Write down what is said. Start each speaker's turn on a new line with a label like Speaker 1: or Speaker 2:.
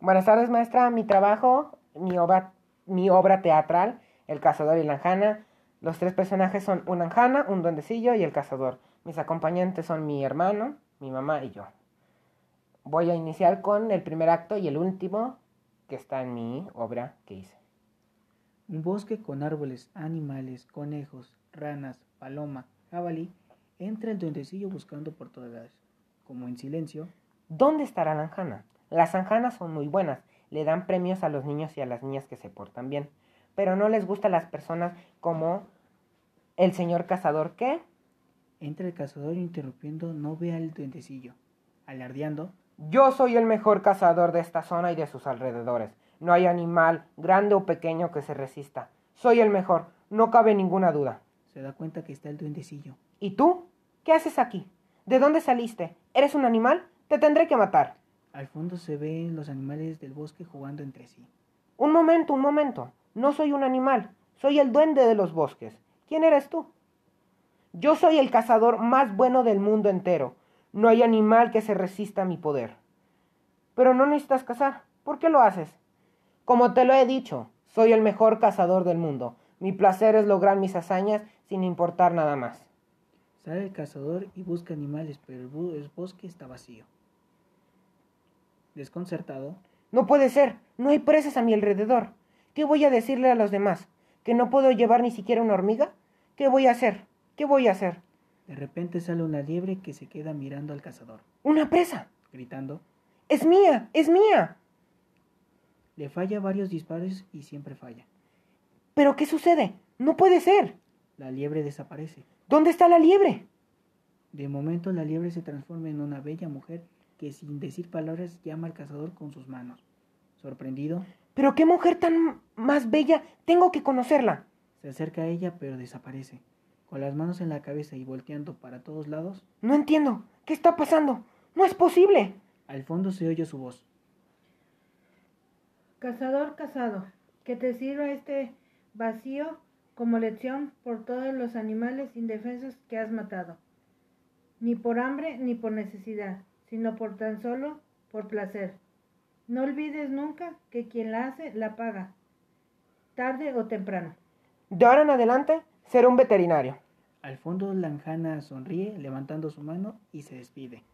Speaker 1: Buenas tardes, maestra. Mi trabajo, mi obra, mi obra teatral, El cazador y la anjana. Los tres personajes son una anjana, un duendecillo y el cazador. Mis acompañantes son mi hermano, mi mamá y yo. Voy a iniciar con el primer acto y el último que está en mi obra que hice.
Speaker 2: Un bosque con árboles, animales, conejos, ranas, paloma, jabalí. Entra el duendecillo buscando por todas las, como en silencio.
Speaker 1: ¿Dónde estará la anjana? Las anjanas son muy buenas, le dan premios a los niños y a las niñas que se portan bien, pero no les gustan las personas como el señor cazador que...
Speaker 2: Entra el cazador interrumpiendo, no ve al duendecillo. Alardeando,
Speaker 1: Yo soy el mejor cazador de esta zona y de sus alrededores. No hay animal, grande o pequeño, que se resista. Soy el mejor, no cabe ninguna duda.
Speaker 2: se da cuenta que está el duendecillo.
Speaker 1: ¿Y tú? ¿Qué haces aquí? ¿De dónde saliste? ¿Eres un animal? Te tendré que matar.
Speaker 2: Al fondo se ven los animales del bosque jugando entre sí.
Speaker 1: Un momento, un momento. No soy un animal. Soy el duende de los bosques. ¿Quién eres tú? Yo soy el cazador más bueno del mundo entero. No hay animal que se resista a mi poder. Pero no necesitas cazar. ¿Por qué lo haces? Como te lo he dicho, soy el mejor cazador del mundo. Mi placer es lograr mis hazañas sin importar nada más.
Speaker 2: Sale el cazador y busca animales, pero el, bu- el bosque está vacío. Desconcertado,
Speaker 1: No puede ser. No hay presas a mi alrededor. ¿Qué voy a decirle a los demás? ¿Que no puedo llevar ni siquiera una hormiga? ¿Qué voy a hacer? ¿Qué voy a hacer?
Speaker 2: de repente sale una liebre que se queda mirando al cazador,
Speaker 1: ¡Una presa!
Speaker 2: gritando.
Speaker 1: ¡Es mía! ¡Es mía!
Speaker 2: Le falla varios disparos y siempre falla.
Speaker 1: ¿Pero qué sucede? ¡No puede ser!
Speaker 2: La liebre desaparece.
Speaker 1: ¿Dónde está la liebre?
Speaker 2: De momento la liebre se transforma en una bella mujer que sin decir palabras llama al cazador con sus manos. Sorprendido,
Speaker 1: ¿Pero qué mujer tan más bella? Tengo que conocerla.
Speaker 2: se acerca a ella pero desaparece. Con las manos en la cabeza y volteando para todos lados,
Speaker 1: No entiendo. ¿Qué está pasando? ¡No es posible!
Speaker 2: al fondo se oye su voz.
Speaker 3: Cazador casado, que te sirva este vacío como lección por todos los animales indefensos que has matado. Ni por hambre ni por necesidad, sino por tan solo por placer. No olvides nunca que quien la hace la paga, tarde o temprano.
Speaker 1: De ahora en adelante seré un veterinario.
Speaker 2: Al fondo, Lanjana sonríe levantando su mano y se despide.